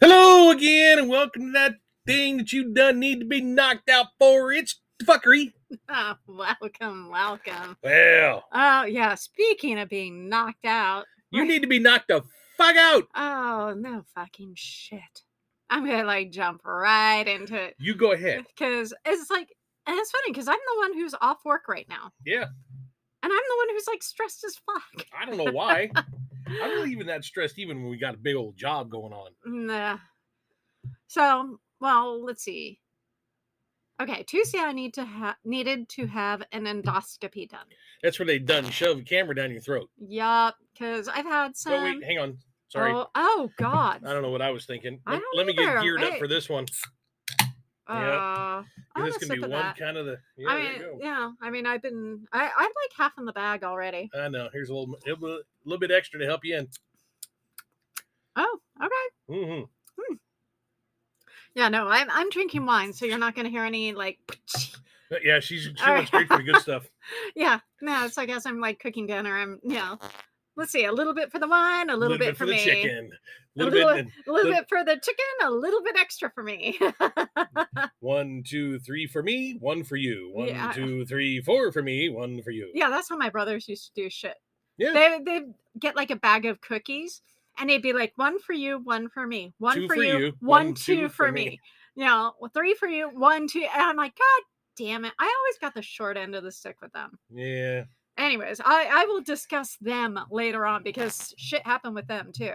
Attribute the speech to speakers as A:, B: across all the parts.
A: Hello again, and welcome to that thing that you done need to be knocked out for. It's fuckery.
B: Oh, welcome, welcome.
A: Well,
B: Oh, yeah. Speaking of being knocked out,
A: you need to be knocked the fuck out.
B: oh, no fucking shit. I'm going to like jump right into it
A: You go ahead.
B: because it's like, and it's funny because I'm the one who's off work right now.
A: Yeah.
B: And I'm the one who's like stressed as fuck.
A: I don't know why. I'm not even that stressed, even when we got a big old job going on.
B: Nah. So, well, let's see. Okay, Tuesday I need to ha- needed to have an endoscopy done.
A: That's where they done shove a camera down your throat.
B: Yup, because I've had some.
A: But wait, hang on. Sorry.
B: Oh, oh God.
A: I don't know what I was thinking.
B: I
A: Let,
B: don't
A: let me get
B: either.
A: geared up
B: Wait.
A: for this one.
B: Uh,
A: And
B: I'm
A: This
B: a
A: can be
B: sip of
A: one
B: that.
A: kind of the. Yeah,
B: I
A: there
B: mean,
A: you go.
B: yeah. I mean, I've been. I, I'm like half in the bag already.
A: I know. Here's a little, a little, little bit extra to help you in.
B: Oh, okay.
A: hmm
B: Yeah, no, I'm I'm drinking wine, so you're not gonna hear any like.
A: Yeah, she's she
B: All
A: went straight for the good stuff.
B: Yeah, no. So I guess I'm like cooking dinner. I'm yeah. Let's see, a little bit for the wine, a little, bit, for
A: the
B: me,
A: chicken.
B: a
A: little,
B: little-
A: bit. and
B: a little
A: little-
B: bit for the chicken, a little bit extra for me.
A: One, two, three for me. One for you. One,
B: Yeah.
A: two, three, four for me. One for you.
B: yeah, that's how my brothers used to do shit.
A: Yeah.
B: They they get like a bag of cookies and they'd be like one for you, one for me, one
A: Two
B: for
A: for
B: you,
A: you,
B: one,
A: one,
B: two,
A: two for
B: for
A: me."
B: me. You know, well, three for you, one two. And I'm like, God damn it! I always got the short end of the stick with them.
A: Yeah.
B: Anyways, I I will discuss them later on because shit happened with them too.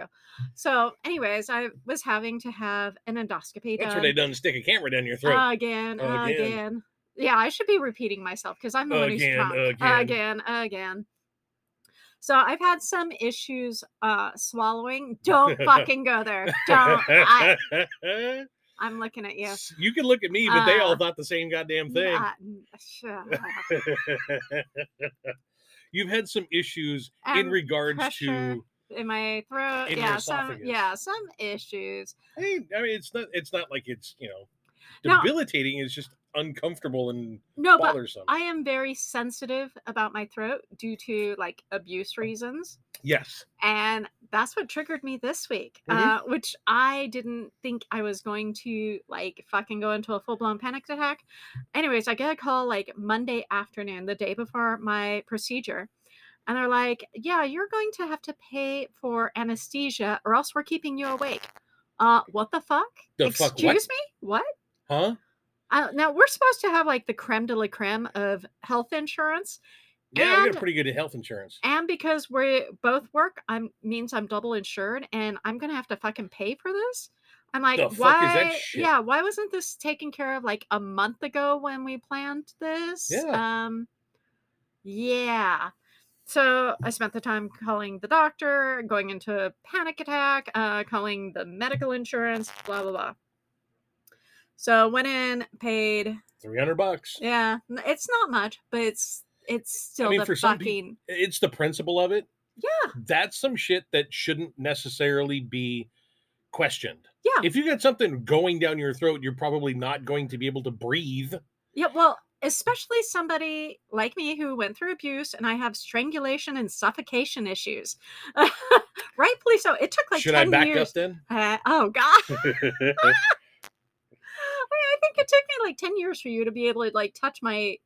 B: So, anyways, I was having to have an endoscopy
A: That's where
B: done
A: they done stick a camera down your
B: Ah,
A: throat.
B: again,
A: Again.
B: again, Yeah, I should be repeating myself because I'm the one who's
A: Again,
B: drunk.
A: again.
B: again, again. So I've had some issues uh swallowing. Don't fucking go there. Don't. I, I'm looking at you.
A: S- You can look at me, but they all
B: Uh,
A: thought the same goddamn thing.
B: Uh, n- sh- uh,
A: You've had some issues in
B: and
A: regards
B: pressure
A: to.
B: in my throat.
A: in your
B: yeah, some
A: esophagus.
B: yeah, some issues.
A: I mean, I mean, it's not. It's not like it's you know
B: No.
A: debilitating. It's just uncomfortable and
B: No, but
A: bothersome.
B: I am very sensitive about my throat due to like abuse reasons.
A: yes.
B: and that's what triggered me this week
A: Mhm.
B: uh, which i didn't think i was going to like fucking go into a full-blown panic attack anyways i get a call like monday afternoon the day before my procedure and they're like yeah you're going to have to pay for anesthesia or else we're keeping you awake uh what the fuck
A: The
B: excuse
A: fuck what?
B: me what
A: Huh?
B: uh, now we're supposed to have like the creme de la creme of health insurance
A: Yeah, we
B: And-
A: got pretty good health insurance.
B: and because we both work i'm means i'm double insured and i'm gonna have to fucking pay for this i'm like
A: The fuck is
B: why
A: that shit?"
B: yeah why wasn't this taken care of like a month ago when we planned this
A: Yeah.
B: um yeah so i spent the time calling the doctor going into a panic attack uh calling the medical insurance blah blah blah so went in paid
A: Three hundred bucks.
B: yeah n- it's not much but it's it's still
A: mean,
B: the
A: for some peop-
B: fucking
A: It's the principle of it.
B: yeah
A: That's some shit that shouldn't necessarily be questioned.
B: Yeah.
A: If you got something going down your throat, you're probably not going to be able to breathe.
B: Yeah, well, especially somebody like me who went through abuse and I have strangulation and suffocation issues. Rightfully so. It took like
A: Should I
B: 10
A: back
B: years.
A: up then?
B: Uh, oh, God. I think it took me like 10 years for you to be able to like touch my,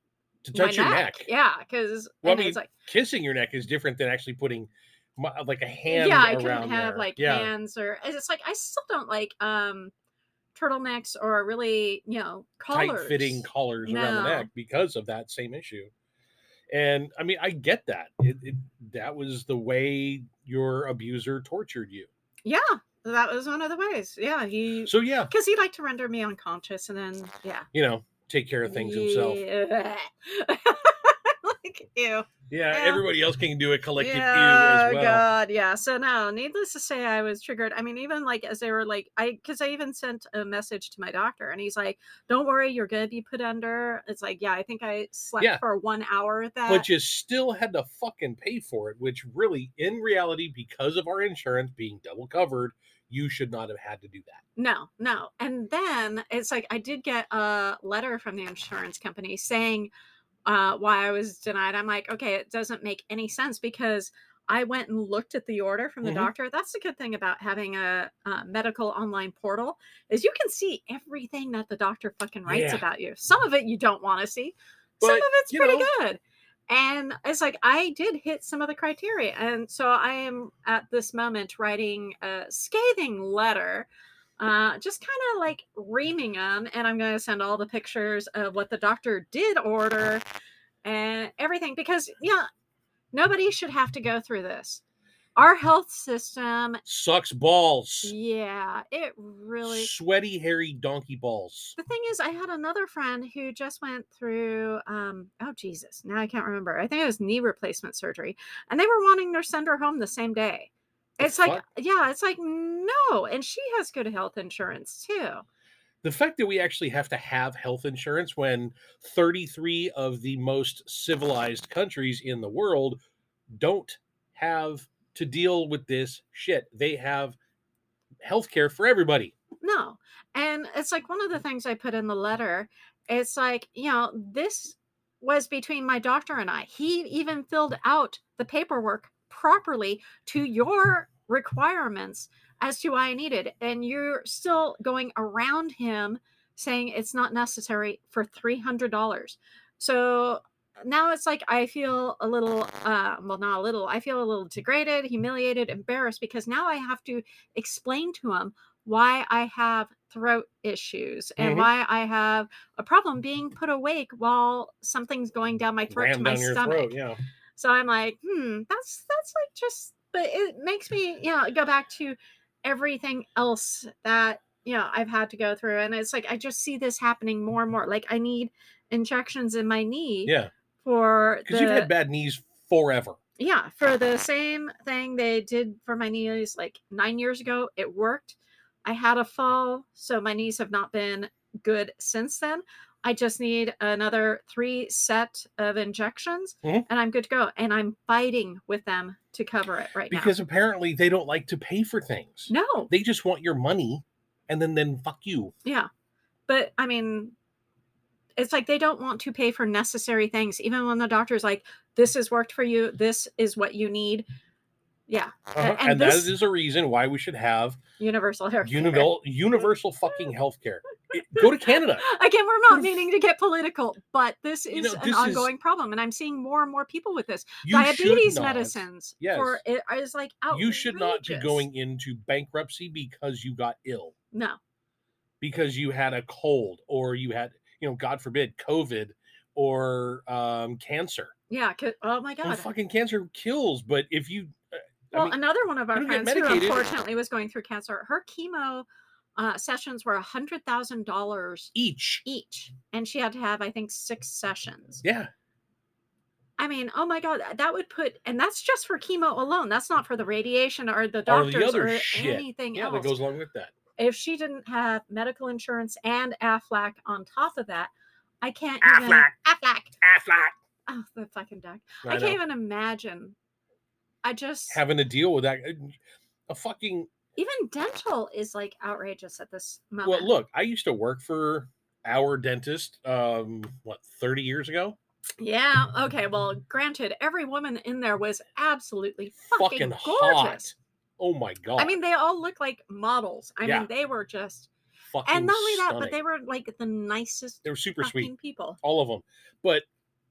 A: to
B: my
A: touch your neck.
B: Yeah, because
A: Well, I mean,
B: it's like,
A: Kissing your neck is different than actually putting my, like a hand.
B: yeah, I
A: around
B: couldn't have
A: there.
B: like
A: yeah.
B: hands or it's like I still don't like um turtlenecks or really, you know, collars.
A: tight fitting collars around the neck
B: No.
A: because of that same issue. And I mean, I get that. It, it that was the way your abuser tortured you.
B: Yeah, that was one of the ways. Yeah, he
A: So yeah,
B: because he liked to render me unconscious and then yeah
A: you know, take care of things himself.
B: Yeah. like ew.
A: Yeah,
B: Yeah.
A: everybody else can do a collective ew
B: yeah,
A: as well.
B: God, yeah. So no, needless to say, I was triggered. I mean, even like as they were like, I because I even sent a message to my doctor, and he's like, "Don't worry, you're gonna be put under." It's like, yeah, I think I slept
A: Yeah.
B: for one hour. At that
A: But you still had to fucking pay for it, which really, in reality, because of our insurance being double covered, you should not have had to do that.
B: No, no. And then it's like I did get a letter from the insurance company saying, uh, why I was denied. I'm like, okay, it doesn't make any sense because I went and looked at the order from the
A: Mhm.
B: doctor. That's the good thing about having a, uh medical online portal is you can see everything that the doctor fucking writes
A: Yeah.
B: about you. Some of it you don't want to see. some
A: But,
B: of it's
A: you
B: pretty
A: know-
B: good. And it's like I did hit some of the criteria, and so I am at this moment writing a scathing letter uh, just kind of like reaming them. And I'm going to send all the pictures of what the doctor did order and everything because, yeah, nobody should have to go through this. Our health system,
A: Sucks balls.
B: yeah, it really.
A: Sweaty, hairy donkey balls.
B: The thing is, I had another friend who just went through, um, oh Jesus, now I can't remember. I think it was knee replacement surgery, and they were wanting to send her home the same day.
A: The
B: It's like,
A: fuck?
B: yeah, it's like, no. And she has good health insurance too.
A: The fact that we actually have to have health insurance when 33 of the most civilized countries in the world don't have to deal with this shit. They have health care for everybody.
B: No. And it's like one of
A: Mm.
B: the things I put in the letter. It's like, you know, this was between my doctor and I. He even filled out the paperwork properly to your requirements as to why I needed. And you're still going around him saying it's not necessary for $300. So now it's like I feel a little, uh, well, not a little, I feel a little degraded, humiliated, embarrassed because now I have to explain to him why I have throat issues and
A: Mhm.
B: why I have a problem being put awake while something's going down my throat to
A: Ram
B: my
A: down your
B: stomach.
A: throat. Yeah.
B: So I'm like, hmm, that's that's like just but it makes me, you know, go back to everything else that, you know, I've had to go through. And it's like I just see this happening more and more. Like I need injections in my knee
A: Yeah.
B: for
A: Because you've
B: the-
A: had bad knees forever.
B: yeah, for the same thing they did for my knees like nine years ago, it worked. I had a fall, so my knees have not been good since then. I just need another three set of injections
A: Mhm.
B: and I'm good to go. And I'm fighting with them to cover it right
A: Because apparently they don't like to pay for things.
B: now. No,
A: They just want your money and then then fuck you.
B: yeah. But I mean, it's like they don't want to pay for necessary things, even when the doctor's like, this has worked for you, this is what you need. Yeah,
A: Uh-huh.
B: and
A: And,
B: this-
A: that is a reason why we should have
B: universal hair. care.
A: universal, universal fucking health care. Go to Canada.
B: Again, we're not meaning to get political, but this is
A: You know,
B: an
A: this is-
B: ongoing problem, and I'm seeing more and more people with this
A: You should
B: diabetes
A: not-
B: medicines. for it is like outrageous.
A: You should not be going into bankruptcy because you got ill,
B: No,
A: because you had a cold, or you had, you know, God forbid, COVID or um, cancer.
B: yeah. 'cause- Oh my
A: Well,
B: god.
A: fucking cancer kills, but if you, uh, I
B: well,
A: mean,
B: another one of our
A: you don't get
B: friends who
A: medicated.
B: unfortunately was going through cancer. Her chemo uh, sessions were a hundred thousand dollars
A: each,
B: each, and she had to have, I think, six sessions.
A: yeah,
B: I mean, oh my god, that would put, and that's just for chemo alone. That's not for the radiation or the
A: Or the
B: doctors
A: other
B: or
A: shit.
B: anything
A: yeah,
B: else.
A: that goes along with that.
B: if she didn't have medical insurance and Aflac on top of that, I can't even
A: Aflac.
B: Aflac.
A: Aflac.
B: Oh, the fucking duck. I,
A: Ah, I, know.
B: can't even imagine. I just
A: having to deal with that. A fucking
B: even dental is like outrageous at this moment.
A: well, look, I used to work for our dentist, um, what thirty years ago.
B: Yeah, okay. Well, granted, every woman in there was absolutely
A: Fucking
B: fucking, gorgeous.
A: hot. Oh my god!
B: I mean, they all looked like models. I
A: Yeah.
B: mean, they were just
A: fucking
B: and not only that, but they
A: stunning.
B: were like the nicest
A: they were super
B: fucking
A: sweet.
B: people.
A: all of them. But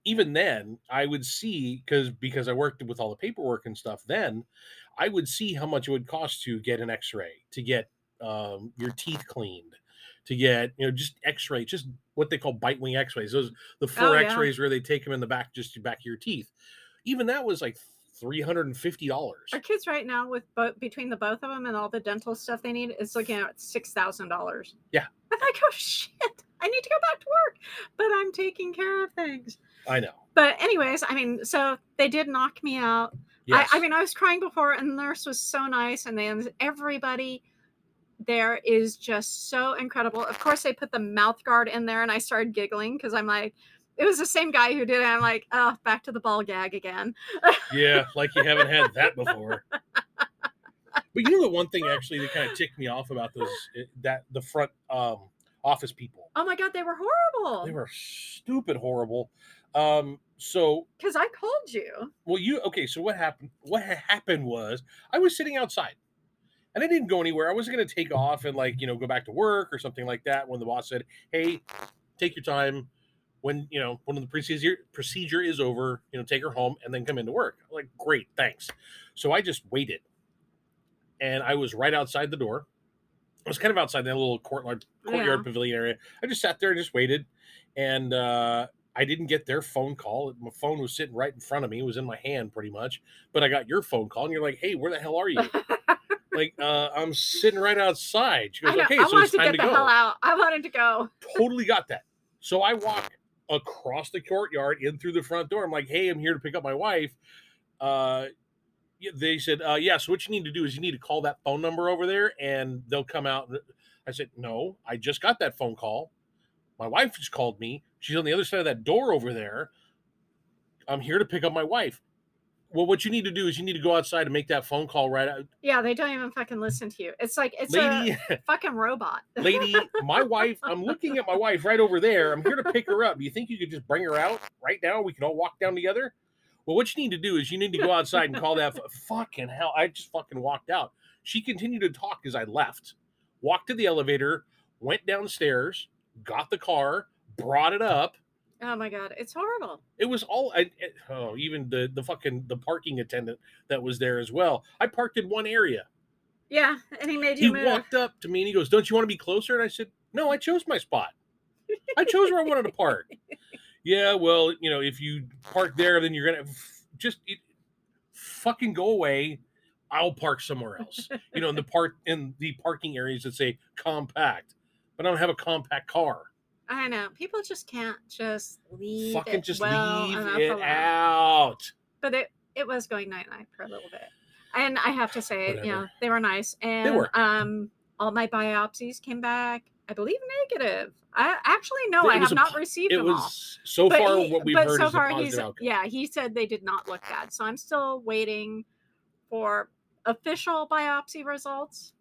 A: even then, I would see because because I worked with all the paperwork and stuff. Then I would see how much it would cost to get an X-ray, to get um, your teeth cleaned, to get you know just X-ray, just what they call bite wing X-rays. Those the four
B: Oh, yeah.
A: X-rays where they take them in the back, just the back of your teeth. Even that was like three hundred and fifty dollars.
B: our kids right now with both between the both of them and all the dental stuff they need is looking at six thousand dollars.
A: Yeah.
B: I'm like, oh shit, I need to go back to work, but I'm taking care of things.
A: I know.
B: But anyways, I mean, so they did knock me out.
A: Yes.
B: I, I mean, I was crying before, and the nurse was so nice, and then everybody there is just so incredible. Of course, they put the mouth guard in there, and I started giggling because I'm like, it was the same guy who did it. I'm like, oh, back to the ball gag again.
A: Yeah, like you haven't had that before. But you know the one thing actually that kind of ticked me off about those it- that the front um office people.
B: Oh my god, they were horrible.
A: They were stupid horrible. Um, so
B: Because I called you.
A: well, you okay? So what happened? What ha- happened was I was sitting outside, and I didn't go anywhere. I wasn't going to take off and like you know go back to work or something like that. When the boss said, "Hey, take your time." When you know when the procedure procedure is over, you know, take her home and then come into work. I'm like, great, thanks. So I just waited, and I was right outside the door. I was kind of outside that little courtyard courtyard
B: Yeah.
A: pavilion area. I just sat there and just waited, and uh, I didn't get their phone call. My phone was sitting right in front of me; it was in my hand pretty much. But I got your phone call, and you're like, "Hey, where the hell are you?" like, uh, I'm sitting right outside. She
B: I,
A: goes,
B: know,
A: "Okay,
B: I
A: so
B: wanted
A: it's
B: to
A: time
B: get
A: to
B: the
A: go."
B: hell out. I wanted to go.
A: Totally got that. So I walk across the courtyard in through the front door. I'm like, "Hey, I'm here to pick up my wife." Uh, y- they said, uh, "Yeah, so what you need to do is you need to call that phone number over there, and they'll come out." I said, "No, I just got that phone call. My wife just called me. She's on the other side of that door over there. I'm here to pick up my wife." Well, what you need to do is you need to go outside and make that phone call right out.
B: Yeah, they don't even fucking listen to you. It's like it's
A: Lady,
B: a fucking robot.
A: lady, my wife, I'm looking at my wife right over there. I'm here to pick her up. Do you think you could just bring her out right now? We can all walk down together. Well, what you need to do is you need to go outside and call that f- fucking hell. I just fucking walked out. She continued to talk as I left, walked to the elevator, went downstairs, got the car, brought it up.
B: Oh my god, it's horrible.
A: It was all I, it- oh, even the the fucking the parking attendant that was there as well. I parked in one area.
B: Yeah, and he made
A: He
B: you move.
A: walked up to me and he goes, "Don't you want to be closer?" And I said, "No, I chose my spot. I chose where I wanted to park." yeah, well, you know, if you park there, then you're gonna f- just it, fucking go away. I'll park somewhere else. You know, in the park in the parking areas that say compact, but I don't have a compact car.
B: I know people just can't just leave.
A: fucking
B: it
A: just
B: well enough
A: leave it
B: alone.
A: out.
B: But it it was going night night for a little bit, and I have to say, you know,
A: Whatever.
B: they were nice, and
A: were.
B: um, all my biopsies came back, I believe negative. I actually no,
A: It
B: I
A: was
B: have
A: a
B: not
A: po-
B: received
A: It
B: them all.
A: was so
B: but
A: far
B: he-
A: what we've
B: but
A: heard
B: so
A: is a
B: far he's
A: positive outcome.
B: yeah he said they did not look bad so i'm still waiting for official biopsy results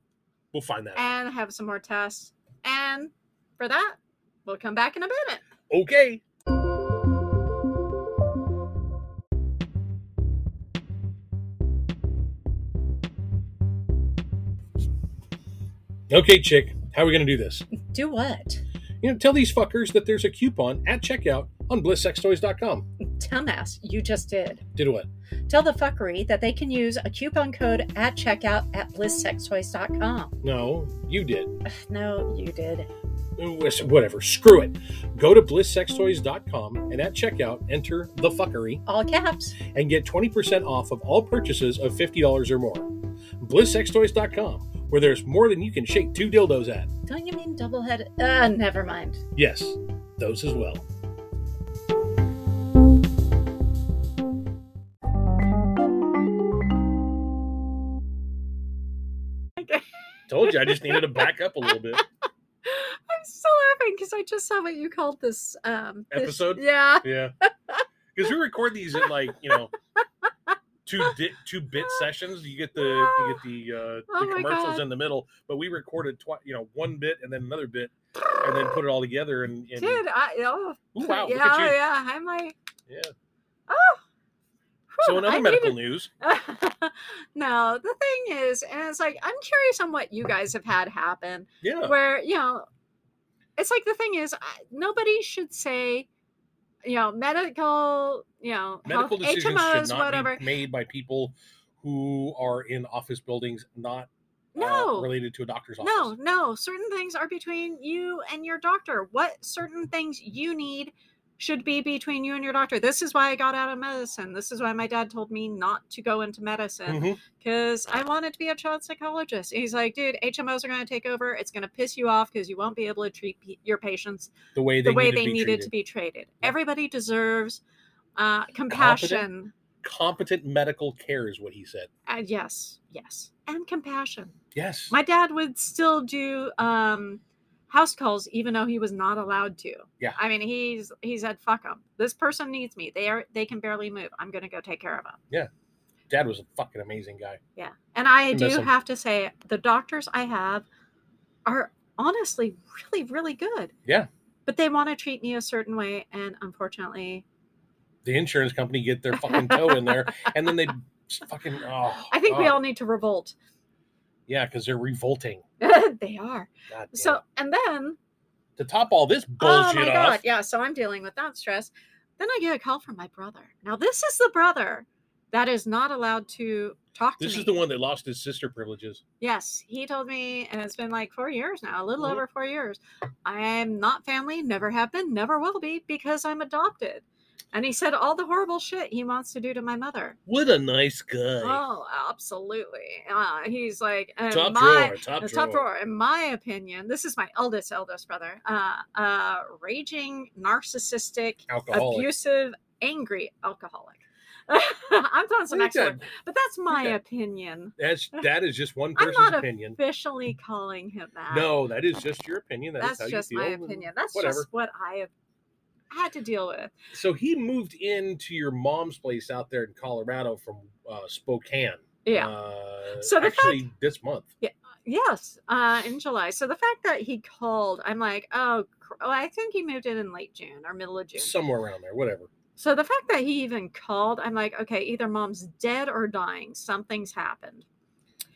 A: We'll find that. out.
B: and have some more tests and for that we'll come back in a minute
A: Okay. Okay, chick, how are we going to do this?
B: do what
A: You know, tell these fuckers that there's a coupon at checkout on blisssextoys.com.
B: dumbass you just did
A: Did what?
B: tell the fuckery that they can use a coupon code at checkout at blisssextoys.com
A: No, you did.
B: no you did
A: Whatever, screw it. Go to blisssextoys.com and at checkout, enter the fuckery
B: all caps
A: and get 20% off of all purchases of $50 or more. BlissSexToys.com, where there's more than you can shake two dildos at.
B: don't you mean double headed uh never mind
A: Yes, those as well. Told you, I just needed to back up a little bit.
B: I'm still laughing because I just saw what you called this um this-
A: Episode?
B: yeah,
A: Yeah, because we record these in like you know two di- two bit sessions. You get the you get the, uh, the
B: Oh my
A: commercials
B: God.
A: in the middle, but we recorded twi- you know one bit and then another bit, and then put it all together and, and
B: dude. I oh
A: Ooh, wow, look
B: yeah,
A: at you.
B: yeah. I'm like
A: yeah.
B: oh.
A: So
B: whew,
A: in other
B: I
A: medical
B: needed-
A: news,
B: no, the thing is, and it's like I'm curious on what you guys have had happen,
A: yeah,
B: where you know, it's like the thing is, I, nobody should say, you know, medical, you know,
A: medical
B: health,
A: decisions
B: HMOs,
A: should not
B: whatever.
A: be made by people who are in office buildings, not uh,
B: No,
A: related to a doctor's office.
B: No, no. Certain things are between you and your doctor. What certain things you need should be between you and your doctor. This is why I got out of medicine. This is why my dad told me not to go into medicine
A: Mhm.
B: because I wanted to be a child psychologist. He's like, dude, HMOs are going to take over. It's going to piss you off because you won't be able to treat pe- your patients
A: the way they
B: the way
A: needed
B: they
A: to be
B: needed
A: treated.
B: to be treated.
A: Yeah.
B: Everybody deserves uh, compassion.
A: Competent medical care is what he said.
B: Uh, yes, yes. And compassion.
A: Yes.
B: My dad would still do um, house calls even though he was not allowed to.
A: Yeah.
B: I mean, he's he said, "Fuck them. This person needs me. They are they can barely move. I'm gonna go take care of them."
A: Dad was a fucking amazing guy.
B: Yeah. And I
A: miss
B: do
A: 'em.
B: have to say, the doctors I have are honestly really really good.
A: Yeah.
B: But they want to treat me a certain way, and unfortunately,
A: the insurance company get their fucking toe in there, and then they fucking. Oh,
B: I think we
A: God.
B: all need to revolt.
A: Yeah, because they're revolting.
B: they are.
A: God damn
B: So,
A: it.
B: and then
A: to top all this bullshit
B: oh my
A: off,
B: god, yeah. So I'm dealing with that stress. Then I get a call from my brother. Now this is the brother that is not allowed to talk
A: this
B: to me.
A: is the one that lost his sister privileges.
B: Yes, he told me, and it's been like four years now, a little
A: Mhm.
B: over four years. I'm not family, never have been, never will be, because I'm adopted. And he said all the horrible shit he wants to do to my mother.
A: What a nice guy.
B: Oh, absolutely. Uh, he's like, and
A: top,
B: my,
A: drawer, top
B: the
A: drawer.
B: top drawer, in my opinion, this is my eldest, eldest brother, uh, uh, raging, narcissistic,
A: Alcoholic.
B: abusive, angry alcoholic. I'm throwing some
A: Look at
B: extra,
A: that.
B: but that's my
A: that.
B: opinion.
A: That's that is just one
B: I'm
A: person's
B: not
A: opinion.
B: officially calling him that.
A: No, that is just your opinion. That is
B: that's
A: how
B: just
A: you
B: my
A: feel. and
B: opinion. That's
A: whatever.
B: just what I have had to deal with.
A: So he moved into your mom's place out there in Colorado from uh, Spokane.
B: Yeah.
A: Uh,
B: So the fact-
A: actually, this month.
B: Yes, uh, in July. So the fact that he called, I'm like, oh, cr- oh, I think he moved in in late June or middle of June.
A: somewhere around there, whatever.
B: So the fact that he even called, I'm like, okay, either mom's dead or dying. Something's happened.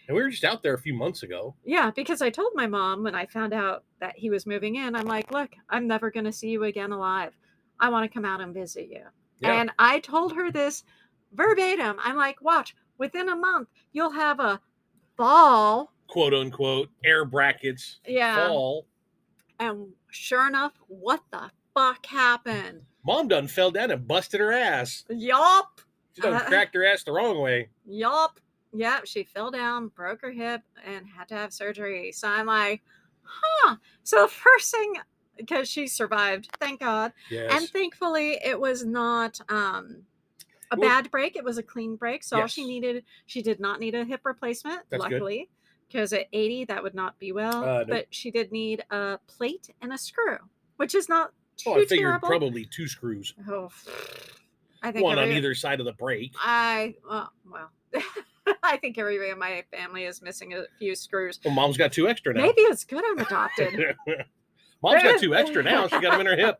A: And we were just out there a few months ago.
B: Yeah, because I told my mom when I found out that he was moving in, I'm like, look, I'm never going to see you again alive. I want to come out and visit you.
A: Yeah.
B: And I told her this verbatim. I'm like, watch, within a month, you'll have a ball.
A: Quote unquote air brackets
B: Yeah.
A: fall.
B: And sure enough, what the fuck happened?
A: Mom done fell down and busted her ass.
B: Yup.
A: She done
B: Uh.
A: cracked her ass the wrong way.
B: Yup. Yep. She fell down, broke her hip, and had to have surgery. So I'm like, huh. So the first thing, because she survived, thank God.
A: Yes.
B: and thankfully it was not um a
A: Well-
B: bad break it was a clean break so all she
A: Yes.
B: needed she did not need a hip replacement
A: That's good.
B: luckily because at 80 that would not be well
A: Uh, nope.
B: but she did need a plate and a screw which is not too
A: well, Oh, I figured
B: terrible
A: probably two screws,
B: oh, i think
A: one on
B: every-
A: either side of the break.
B: i well, well i think everybody in my family is missing a few screws
A: Well, mom's got two extra now.
B: maybe it's good i'm adopted
A: Mom's got two extra now. She got them in her hip.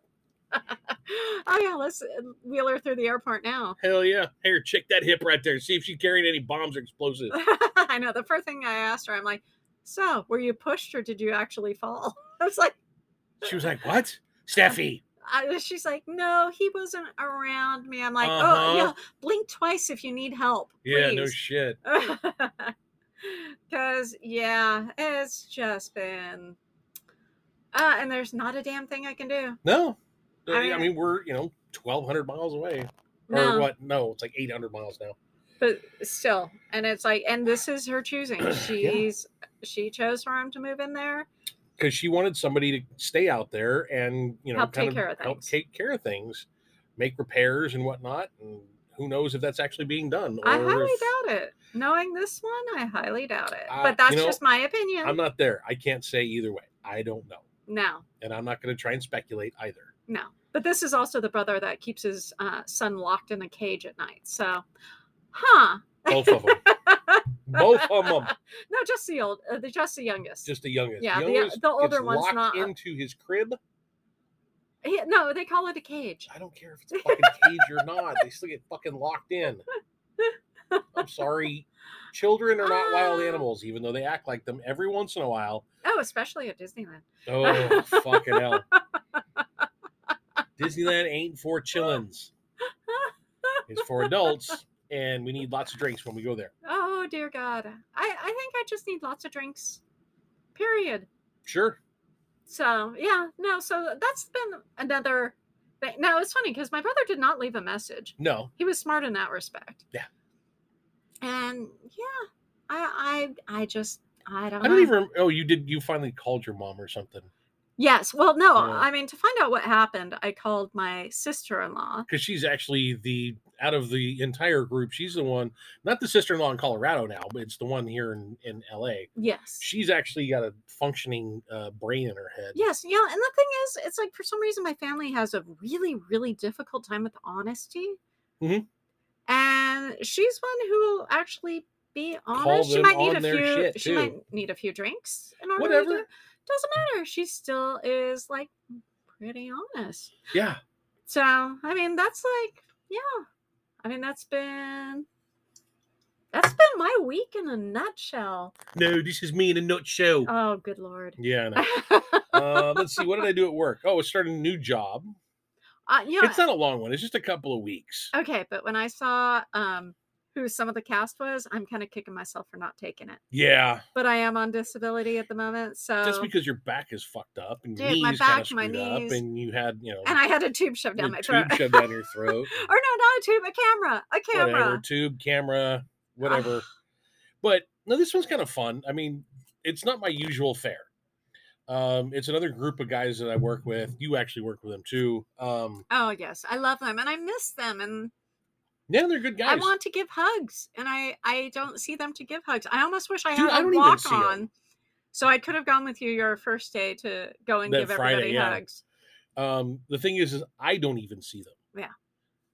B: oh yeah let's uh, wheel her through the airport now
A: Hell yeah. Here, check that hip right there. See if she's carrying any bombs or explosives.
B: I know. The first thing I asked her, I'm like, "So, were you pushed or did you actually fall?" I was like,
A: She was like, What? Steffi.
B: I, "She's like, no, he wasn't around me." I'm like, "Oh,
A: Uh-huh.
B: yeah, blink twice if you need help."
A: Yeah, no
B: please."
A: shit.
B: Because, yeah, it's just been. Uh, and there's not a damn thing I can do.
A: No.
B: I
A: I mean,
B: mean-
A: we're, you know, 1,200 miles away.
B: No,
A: Or what? No, it's like 800 miles now.
B: but still. And it's like, and this is her choosing. She's, she chose for him to move in there.
A: Because she wanted somebody to stay out there and, you know,
B: Help take
A: kind of
B: care of
A: help
B: things.
A: take care of things, make repairs and whatnot. And who knows if that's actually being done.
B: I
A: or
B: highly
A: if-
B: doubt it. Knowing this one, I highly doubt it.
A: Uh,
B: but
A: you
B: that's
A: know,
B: just my opinion.
A: I'm not there. I can't say either way. I don't know.
B: no,
A: And I'm not going to try and speculate either.
B: no. But this is also the brother that keeps his uh, son locked in a cage at night. So, huh?
A: Both of them. Both of them.
B: no, just the old, uh, the just the youngest.
A: Just the youngest.
B: Yeah, the-
A: youngest
B: the older
A: gets
B: one's
A: locked
B: not-
A: into his crib.
B: He- no, they call it a cage.
A: I don't care if it's a fucking cage or not. They still get fucking locked in. I'm sorry. Children are not wild
B: Ah.
A: animals, even though they act like them every once in a while.
B: Oh, especially at Disneyland.
A: Oh, fucking hell. Disneyland ain't for chillins. It's for adults, and we need lots of drinks when we go there.
B: Oh dear God, I I think I just need lots of drinks. Period.
A: Sure.
B: So yeah, no. So that's been another thing. Now it's funny because my brother did not leave a message.
A: No.
B: he was smart in that respect.
A: Yeah.
B: And yeah, I I I just I don't.
A: I
B: know.
A: don't even. rem- Oh, you did. You finally called your mom or something
B: Yes. Well, no.
A: Yeah.
B: I mean, to find out what happened, I called my sister-in-law.
A: because she's actually the out of the entire group. She's the one, not the sister-in-law in Colorado now, but it's the one here in in L.A.
B: Yes.
A: she's actually got a functioning uh, brain in her head.
B: Yes. Yeah. And the thing is, it's like for some reason my family has a really, really difficult time with honesty.
A: Mhm.
B: And she's one who will actually be honest. she
A: them
B: might need
A: on
B: a
A: their
B: few.
A: shit,
B: she
A: too.
B: might need a few drinks in order.
A: Whatever.
B: To do. Doesn't matter. She still is like pretty honest.
A: Yeah.
B: So I mean, that's like yeah i mean that's been that's been my week in a nutshell
A: No, this is me in a nutshell.
B: oh good lord
A: yeah. I know.
B: uh,
A: Uh, let's see. What did I do at work? Oh, I started a new job.
B: Uh, you know,
A: It's not a long one. It's just a couple of weeks.
B: okay but when i saw um who some of the cast was i'm kind of kicking myself for not taking it
A: Yeah,
B: but i am on disability at the moment so
A: just because your back is fucked up and your
B: Oh. Dude, my
A: knees kind of
B: back, my
A: screwed up,
B: knees.
A: and you had you know
B: and i had a tube shoved down
A: your
B: my throat
A: tube shoved down your throat,
B: or no not a tube a camera a
A: and
B: camera
A: whatever tube camera, whatever.
B: Ugh.
A: but no, this one's kind of fun. I mean, it's not my usual fare. Um, it's another group of guys that I work with. You actually work with them too. Um,
B: oh yes i love them and i miss them and
A: yeah, they're good guys.
B: I want to give hugs, and I I don't see them to give hugs. I almost wish I
A: Dude, I
B: had a
A: don't even
B: walk
A: see 'em.
B: on, so I could have gone with you your first day to go and
A: That
B: give
A: Friday,
B: everybody
A: yeah.
B: hugs.
A: um the thing is is i don't even see them
B: Yeah.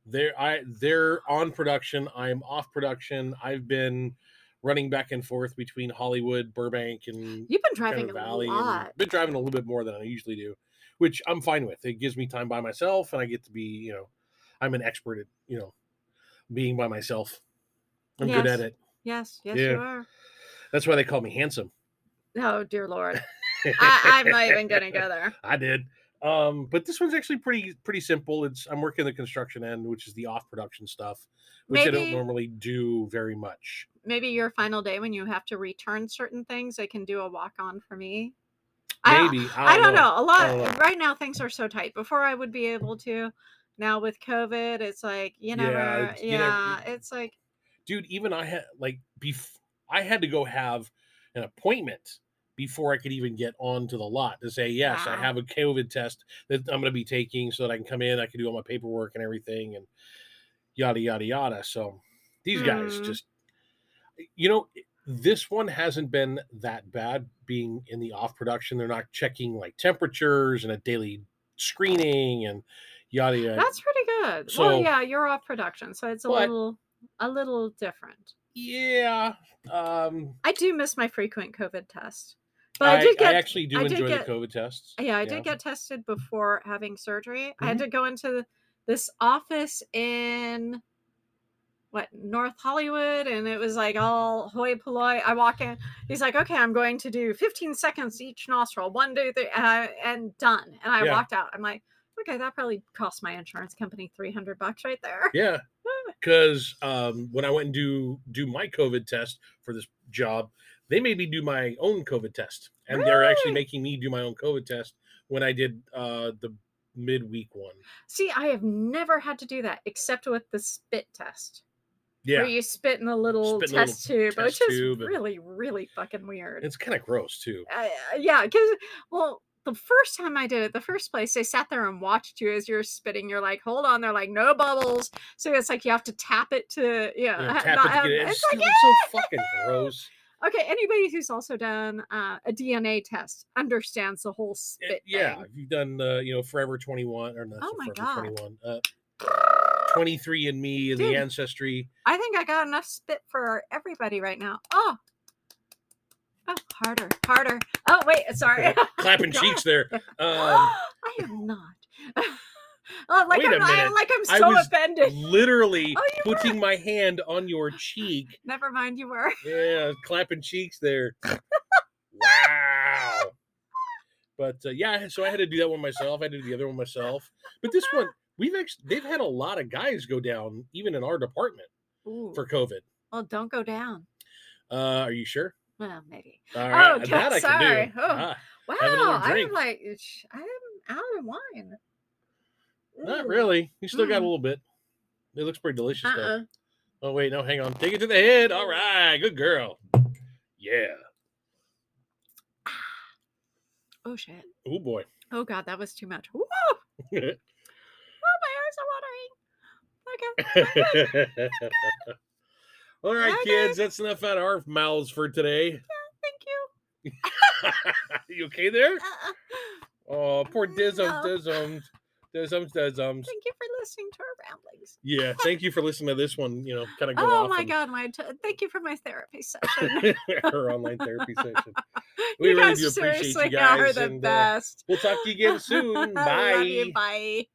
A: they're i they're on production i'm off production i've been running back and forth between hollywood burbank and
B: You've been
A: Coachella
B: driving a
A: valley
B: lot.
A: and been driving a little bit more than i usually do which i'm fine with it gives me time by myself and i get to be you know i'm an expert at you know being by myself i'm good
B: Yes.
A: at it
B: Yes, yes,
A: Yeah.
B: you are.
A: that's why they call me handsome
B: Oh dear lord, I, I'm not even gonna go there.
A: I did. Um, but this one's actually pretty pretty simple. It's I'm working the construction end, which is the off production stuff, which I don't
B: Maybe-
A: normally do very much.
B: Maybe your final day when you have to return certain things, I can do a walk on for me. I,
A: Maybe
B: I don't know. A lot
A: don't know.
B: right now things are so tight. Before I would be able to. Now with COVID, it's like you
A: Yeah,
B: never. Yeah,
A: it's- you never-
B: it's like
A: dude. Even I had like bef- I had to go have an appointment before I could even get onto the lot to say yes, I
B: Wow.
A: have a COVID test that I'm going to be taking so that I can come in, I can do all my paperwork and everything, and yada yada yada. So these guys
B: Mhm.
A: just, you know, this one hasn't been that bad being in the off production. They're not checking like temperatures and a daily screening and yada yada.
B: That's pretty good.
A: So-
B: well, yeah, you're off production, so it's a
A: But-
B: little a little different.
A: yeah. Um,
B: I do miss my frequent COVID test, but I,
A: I,
B: did get.
A: I actually do
B: I did
A: enjoy
B: get-
A: the COVID tests.
B: yeah, I did get tested before having surgery. I
A: Mm-hmm.
B: had to go into th- this office in what North Hollywood, and it was like all hoi polloi. I walk in, he's like, "Okay, I'm going to do 15 seconds each nostril, one, two, three, and, I, and done." And I
A: Yeah.
B: walked out. I'm like, "Okay, that probably cost my insurance company 300 bucks right there."
A: Yeah, because um, when I went and do do my COVID test for this job, they made me do my own COVID test, and they're actually
B: Really?
A: making me do my own COVID test when I did uh, the midweek one.
B: See, I have never had to do that except with the spit test. Where
A: Yeah,
B: you spit in the little
A: Spit in the little
B: test tube,
A: test
B: which is
A: tube and-
B: really, really fucking weird.
A: it's kind of gross too.
B: Uh, yeah, because, well, the first time I did it, the first place, they sat there and watched you as you're spitting. You're like, hold on. They're like, no bubbles. So it's like you have to tap it to, yeah.
A: You know,
B: ha-
A: tap
B: not
A: it to
B: have-
A: get it.
B: it's
A: It's,
B: like,
A: still- it's so fucking gross.
B: okay, anybody who's also done uh, a DNA test understands the whole
A: It-
B: spit.
A: Eh, yeah,
B: thing.
A: if you've done uh, you know Forever Twenty One or not
B: Oh my
A: Forever
B: God.
A: Twenty One, uh, Twenty Three and Me and
B: Dude.
A: the ancestry.
B: I think I got enough spit for everybody right now. Oh. Oh, harder, harder. Oh, wait, sorry.
A: Clapping
B: God.
A: cheeks there. Um,
B: I am not. oh, like
A: Wait a
B: I'm, I,
A: minute.
B: like I'm
A: I
B: so
A: was-
B: offended.
A: literally
B: Oh, you
A: putting my hand on your cheek.
B: Never mind, you were.
A: Yeah, clapping cheeks there. wow. But uh, yeah, so I had to do that one myself. I had to do the other one myself. But this one, we've actually they've had a lot of guys go down, even in our department
B: Ooh.
A: for COVID.
B: Well, don't go down.
A: Uh, are you sure?
B: Well, maybe.
A: All
B: Oh, God,
A: that I can do.
B: sorry. Oh.
A: Ah,
B: Wow,
A: another
B: I'm
A: drink.
B: like, sh- I'm out of wine.
A: not
B: Ooh,
A: really. You still got a
B: Mm.
A: little bit. It looks pretty delicious though.
B: Uh-uh.
A: Oh wait, no, hang on. Take it to the head. All right, good girl. Yeah.
B: Oh, shit.
A: Oh boy.
B: Oh, God, that was too much. Whoa! Oh, my eyes are watering. Okay.
A: All right,
B: Okay.
A: kids, that's enough out of our mouths for today.
B: Thank you.
A: you okay there?
B: Uh-uh.
A: Oh, poor Dizum,
B: No.
A: Dizum, Dizum, Dizums.
B: Thank you for listening to our ramblings.
A: Yeah, thank you for listening to this one. You know, kind of go
B: Oh
A: off
B: my
A: on
B: god, my t- thank you for my therapy session.
A: our online therapy session. We
B: you
A: really
B: guys
A: do appreciate you
B: seriously
A: guys,
B: are the
A: and, uh,
B: best.
A: We'll talk to you again soon.
B: Love
A: Bye.
B: you. Bye.